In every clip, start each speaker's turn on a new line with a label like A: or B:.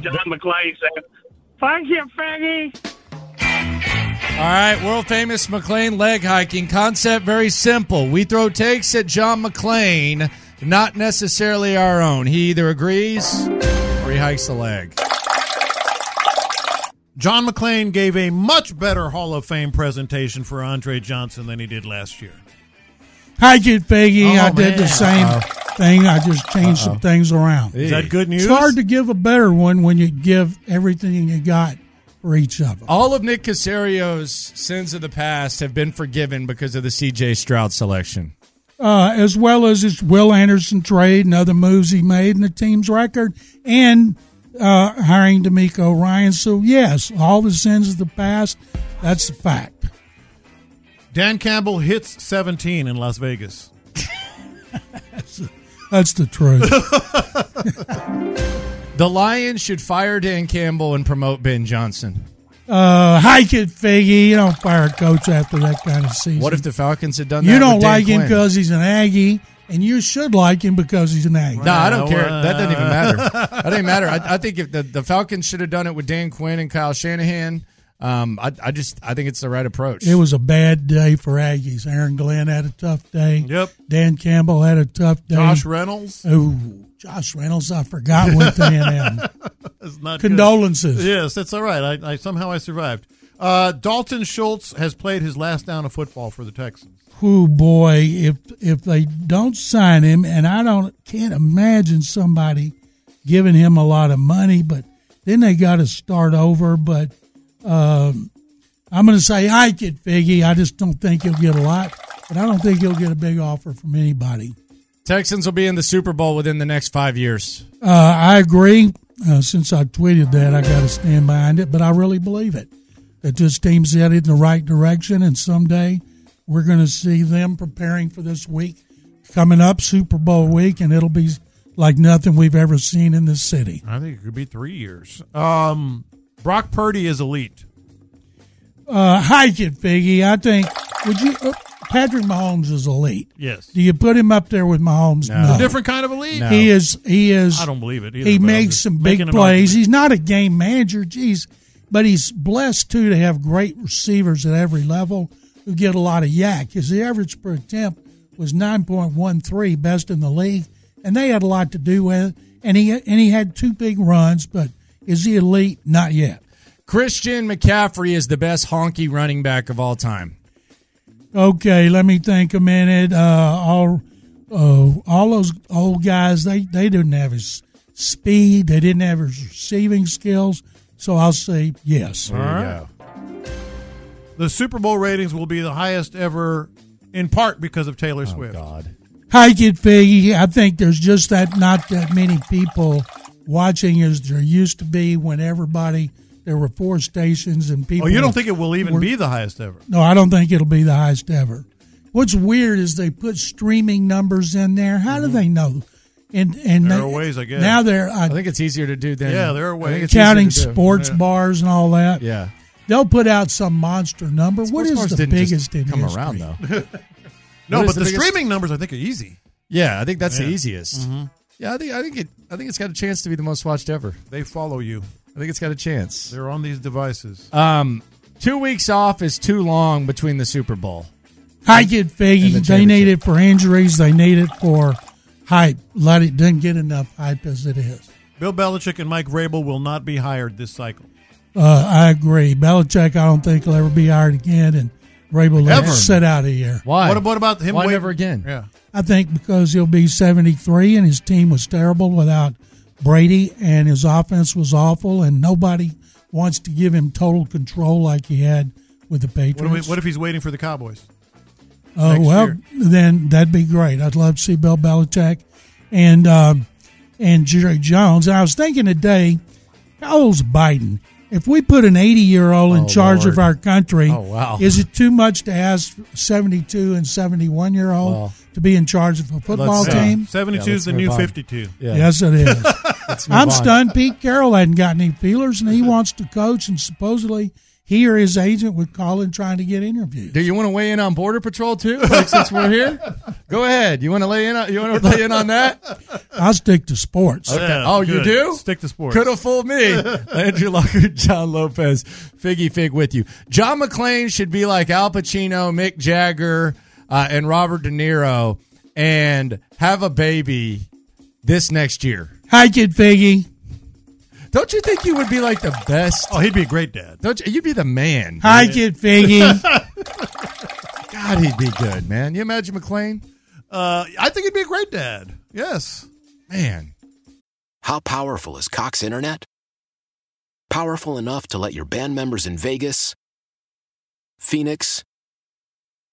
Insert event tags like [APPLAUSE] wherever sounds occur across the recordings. A: John McClay said, "Fuck you, faggy."
B: All right, world famous McLean leg hiking concept very simple. We throw takes at John McLean, not necessarily our own. He either agrees or he hikes a leg.
C: John McClain gave a much better Hall of Fame presentation for Andre Johnson than he did last year.
D: Hi, Jude Figgy.
C: Oh,
D: I did the
C: man.
D: same thing. I just changed some things around.
C: Is that good news?
D: It's hard to give a better one when you give everything you got for each of them.
B: All of Nick Casario's sins of the past have been forgiven because of the CJ Stroud selection.
D: uh, as well as his Will Anderson trade and other moves he made and the team's record and uh, hiring D'Amico Ryan. So, yes, all the sins of the past, that's a fact.
C: Dan Campbell hits 17 in Las Vegas.
D: That's the truth.
B: The Lions should fire Dan Campbell and promote Ben Johnson.
D: uh, hike it, Figgy. You don't fire a coach after that kind of season.
B: What if the Falcons had done that?
D: you don't
B: with Dan
D: like him
B: Quinn?
D: because he's an Aggie, and you should like him because he's an Aggie.
B: No, I don't
C: Well,
B: care.
C: uh,
B: That doesn't even
C: [LAUGHS]
B: matter. That doesn't matter. I, I think if the, the Falcons should have done it with Dan Quinn and Kyle Shanahan, um, I, I just I think it's the right approach.
D: It was a bad day for Aggies. Aaron Glenn had a tough day.
C: Yep.
D: Dan Campbell had a tough day.
C: Josh Reynolds
D: Ooh, Josh Reynolds. I forgot what to him.
B: [LAUGHS]
C: is not good.
D: Condolences.
C: Yes, that's all right. I, I somehow I survived. Uh, Dalton Schultz has played his last down of football for the Texans.
D: Who boy, if if they don't sign him, and I don't can't imagine somebody giving him a lot of money, but then they got to start over. But um, I'm going to say hike it, Figgy. I just don't think he'll get a lot, but I don't think he'll get a big offer from anybody.
B: Texans will be in the Super Bowl within the next five years.
D: Uh, I agree. Uh, since I tweeted that, I got to stand behind it, but I really believe it that this team's headed in the right direction, and someday we're going to see them preparing for this week coming up, Super Bowl week, and it'll be like nothing we've ever seen in this city.
C: I think it could be three years. Um, Brock Purdy is elite.
D: Uh, hike it, Figgy. I think. Would you? Uh, Patrick Mahomes is elite.
C: Yes,
D: Do you put him up there with Mahomes?
B: No.
D: No.
C: different kind of elite.
B: No.
D: He is. He is.
C: I don't believe it. Either,
D: he
C: but I'm
D: makes
C: just
D: some big
C: making an
D: plays.
C: argument.
D: He's not a game manager, geez, but he's blessed too to have great receivers at every level who get a lot of yak. His average per attempt was nine point one three, best in the league, and they had a lot to do with it. And he and he had two big runs, but is he elite? Not yet.
B: Christian McCaffrey is the best honky running back of all time.
D: Okay, let me think a minute. Uh, all, uh, all those old guys, they, they didn't have his speed. They didn't have his receiving skills. So I'll say yes.
B: There you
C: right.
B: go.
C: The Super Bowl ratings will be the highest ever, in part because of Taylor
B: Oh,
C: Swift.
B: God.
D: Hike it, Figgy. I think there's just that not that many people watching as there used to be when everybody there were four stations and people.
C: Oh, you don't think it will even
D: We're-
C: be the highest ever?
D: No, I don't think it'll be the highest ever. What's weird is they put streaming numbers in there. How do they know? And and
C: Mm-hmm. There
D: they-
C: are ways, I guess.
D: Now they're
B: I
D: uh,
B: think it's easier to do than
C: Yeah, there are
B: I think
C: ways.
B: it's easier
D: counting
B: to do.
D: sports bars and all that.
B: Yeah.
D: They'll put out some monster number.
B: Sports
D: what
B: bars
D: is the
B: didn't just
D: biggest in
B: come
D: history?
B: around though?
D: [LAUGHS]
C: No,
B: What
C: but
B: is
C: the,
B: the biggest-
C: streaming numbers I think are easy.
B: Yeah, I think that's the
C: Yeah. Mm-hmm.
B: easiest. Yeah, I think I think it I think it's got a chance to be the most watched ever.
C: They follow you.
B: I think it's got a chance.
C: They're on these devices.
B: Um, two weeks off is too long between the Super Bowl.
D: Hike it,
B: And the
D: Figgy. They need it for injuries. They need it for hype. Let it doesn't get enough hype as it is.
C: Bill Belichick and Mike Rabel will not be hired this cycle.
D: Uh, I agree. Belichick, I don't think will ever be hired again, and Rabel
C: Ever.
D: let's sit out of here.
B: Why?
C: What, what about him?
B: Why
C: wait-
B: never again?
C: Yeah.
D: I think because he'll be 73 and his team was terrible without Brady and his offense was awful and nobody wants to give him total control like he had with the
C: What, do we,
D: Patriots.
C: what if he's waiting for the Cowboys?
D: Oh
C: next
D: well,
C: year?
D: then that'd be great. I'd love to see Bill Belichick and um, and Jerry Jones. I was thinking today, how old's Biden? If we put an eighty-year-old in
C: Oh,
D: charge
C: Lord.
D: of our country,
C: Oh, wow.
D: is it too much to ask seventy-two and seventy-one-year-old to be in charge of a football
C: Let's see.
D: team?
C: 72
B: Yeah,
C: Uh, is
B: let's
C: the new
B: move on.
C: 52.
B: Yeah.
D: Yes,
C: [LAUGHS]
D: it is.
B: Let's move
D: I'm
B: on.
D: stunned. Pete Carroll hadn't got any feelers, and he wants to coach. And supposedly, he or his agent would call in trying to get interviewed.
B: Do you want to weigh in on Border Patrol too? Like since we're here, go ahead. You want to lay in? On, you
C: [LAUGHS]
B: want to lay in on that?
D: I'll stick to sports.
C: Yeah,
B: oh, you
C: good.
B: do?
C: Stick to sports.
B: Could have fooled me.
C: [LAUGHS]
B: Andrew Locker, John Lopez, Figgy Fig with you. John McClane should be like Al Pacino, Mick Jagger, uh, and Robert De Niro, and have a baby this next year.
D: Hi, Kid Figgy.
B: Don't you think you would be like the best?
C: Oh, he'd be a great dad.
B: Don't you, you'd be the man.
D: Hi,
C: [LAUGHS]
D: Kid Figgy.
B: God, he'd be good, man. You imagine McClane?
C: Uh, I think he'd be a great dad. Yes.
B: Man.
E: How powerful is Cox Internet? Powerful enough to let your band members in Vegas, Phoenix,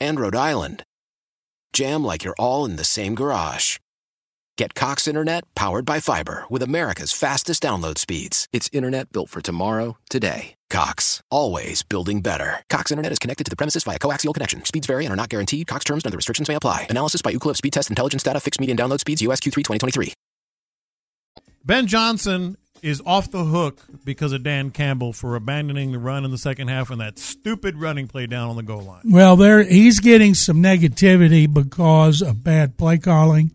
E: and Rhode Island jam like you're all in the same garage. Get Cox Internet powered by fiber with America's fastest download speeds. It's internet built for tomorrow, today. Cox, always building better. Cox Internet is connected to the premises via coaxial connection. Speeds vary and are not guaranteed. Cox terms and other restrictions may apply. Analysis by Ookla of Speed Test Intelligence Data. Fixed median download speeds. USQ3 2023.
C: Ben Johnson is off the hook because of Dan Campbell for abandoning the run in the second half and that stupid running play down on the goal line.
D: well, there he's getting some negativity because of bad play calling,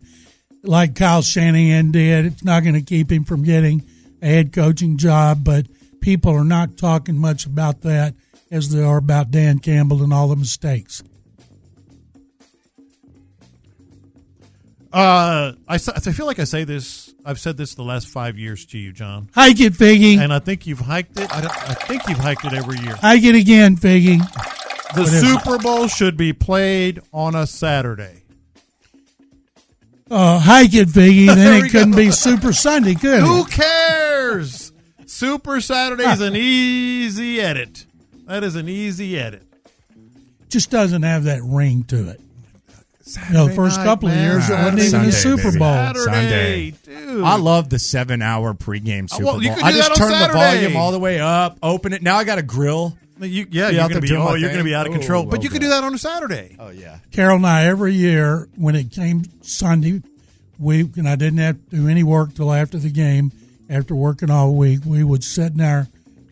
D: like Kyle Shanahan did. It's not going to keep him from getting a head coaching job, but people are not talking much about that as they are about Dan Campbell and all the mistakes.
C: Uh, I, s- I feel like I say this. I've said this the last five years to you, John,
D: Hike it, Figgy.
C: and I think you've hiked it. I, don't, I think you've hiked it every year.
D: Hike it again, Figgy.
C: The
D: Whatever.
C: Super Bowl should be played on a Saturday.
D: Uh, hike
C: [LAUGHS]
D: it, Figgy.
C: There
D: Then
C: we
D: it couldn't
C: go.
D: be Super Sunday, could
C: Who
D: it?
C: cares? Super Saturday is an easy edit. That is an easy edit.
D: Just doesn't have that ring to it. No,
C: Saturday
D: first
C: night,
D: couple of
C: man.
D: years it wasn't even
B: Sunday,
D: a Super
B: baby.
D: Bowl.
C: Saturday, dude.
B: I love the seven hour pregame Super
C: Uh, well,
B: Bowl.
C: you can
B: I
C: do
B: just
C: that on
B: turn the
C: Saturday.
B: volume all the way up, open it. Now I got a grill.
C: You, yeah,
B: out
C: you're
B: there
C: gonna be
B: doing
C: oh,
B: my
C: you're gonna
B: thing.
C: be out of
B: Oh,
C: control.
B: well
C: but you can do that on a Saturday.
B: Oh yeah.
D: Carol and I every year when it came Sunday week and I didn't have to do any work till after the game, after working all week, we would sit in our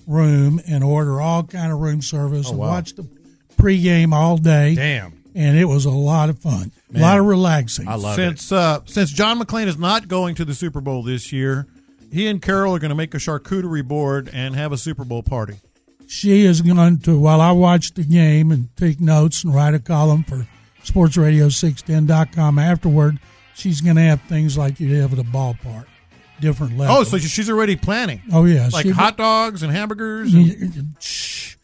D: room and order all kind of room service
C: Oh,
D: and watch the pregame all day.
B: Damn.
D: And it was a lot of fun. A lot of relaxing.
B: I love it.
C: since uh, since John McClain is not going to the Super Bowl this year, he and Carol are going to make a charcuterie board and have a Super Bowl party.
D: she is going to while I watch the game and take notes and write a column for sportsradio610.com afterward, she's going to have things like you have at a ballpark, different
C: Oh,
D: levels.
C: so she's already planning
D: oh yeah,
C: like
D: she-
C: hot dogs and hamburgers. And,
D: Shh.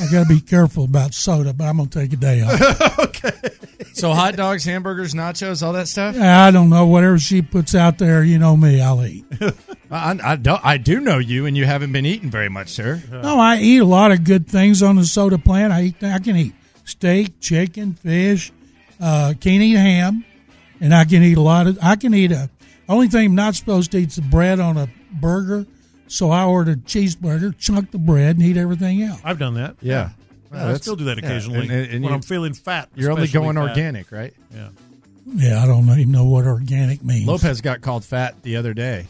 D: I got to be careful about soda, but I'm going to take a
C: [LAUGHS]
D: day off.
B: So hot dogs, hamburgers, nachos, all that stuff.
D: I don't know whatever she puts out there. You know me, I'll eat.
B: I, I- I don't. I do know you, and you haven't been eating very much, sir.
D: No, I eat a lot of good things on the soda plant. I eat. I can eat steak, chicken, fish. Uh, can't eat ham, and I can eat a lot of. I can eat a. Only thing I'm not supposed to eat is the bread on a burger. So I ordered cheeseburger, chunk the bread, and eat everything else.
C: I've done that.
B: Yeah.
C: Yeah, I still do that occasionally
B: and, and
C: when
B: you,
C: I'm feeling fat.
B: you're only
C: especially
B: going
C: fat.
B: organic, right?
C: Yeah.
D: Yeah, I don't even know what organic means.
B: Lopez got called fat the other day.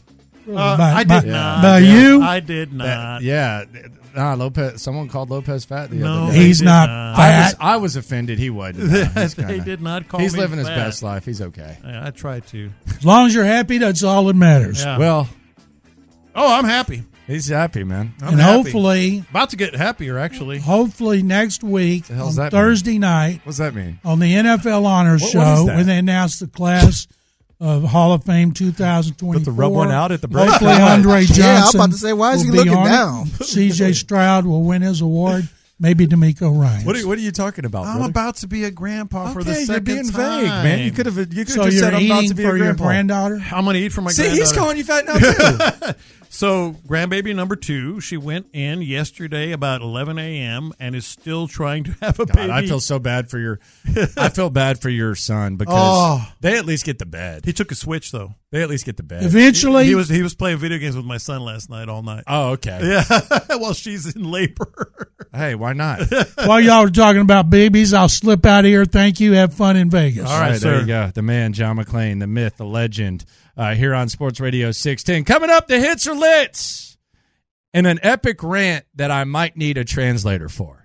C: Uh,
D: By-
C: I did
D: by-
C: not.
D: by you?
C: I did
B: That-
F: Uh,
C: not.
B: yeah. Nah, Lopez. Someone called Lopez fat the
C: No,
B: other day.
C: they
D: He's
C: did
D: not
F: uh,
B: I
D: fat.
B: was, I was offended. He wasn't.
F: [LAUGHS]
B: Nah,
C: [LAUGHS]
B: he's
C: they
B: kinda-
C: did not call
B: He's
C: me
B: living his
C: fat.
B: best life. He's okay.
C: Yeah, I tried to.
D: as long as you're happy, that's all that matters.
C: Yeah.
B: Well,
C: Oh, I'm happy.
B: he's happy, man.
C: I'm
D: and
C: happy.
D: hopefully,
C: about to get happier actually.
D: hopefully next week
B: The hell's
D: on
B: that mean?
D: Thursday night
B: What's that mean?
D: on the NFL Honor
B: What- what
D: Show
B: is that?
D: when they announced the class
G: of Hall of Fame 2024.
F: Put the rub one out at the break. [LAUGHS]
G: Hopefully, Andre Johnson.
H: Yeah, I'm about to say, why is
G: will
H: he
G: be
H: looking
G: on it. [LAUGHS]
H: down? [LAUGHS]
G: CJ Stroud will win his award. Maybe D'Amico Ryan.
F: What are, what are you talking about?
C: I'm
F: brother?
C: about to be a grandpa for the
F: Okay,
C: 2nd
F: you're being
C: time.
F: vague, man. You could have. You could
G: so
F: have just
G: you're
F: said I'm
G: eating
F: about to be
G: for
F: a
G: your
F: grandpa.
G: granddaughter?
C: I'm going to eat for my
F: See,
C: granddaughter.
F: he's calling you fat now too.
C: So, grandbaby number two, she went in yesterday about 11 a.m. and is still trying to have a
B: God,
C: baby.
B: I feel so bad for your. I feel bad for your son because
C: Oh.
B: they at least get the bed.
C: he took a switch though.
B: They at least get the bed.
G: Eventually,
C: He was he was playing video games with my son last night all night.
B: oh, okay.
C: Yeah, [LAUGHS] while she's in labor.
B: Hey, why not?
G: while y'all were talking about babies, I'll slip out of here. Thank you. Have fun in Vegas.
C: All right,
B: there
C: sir.
B: you go. The man, John McClain, the myth, the legend, uh, here on Sports Radio 610. Coming up, the hits or lits, and an epic rant that I might need a translator for.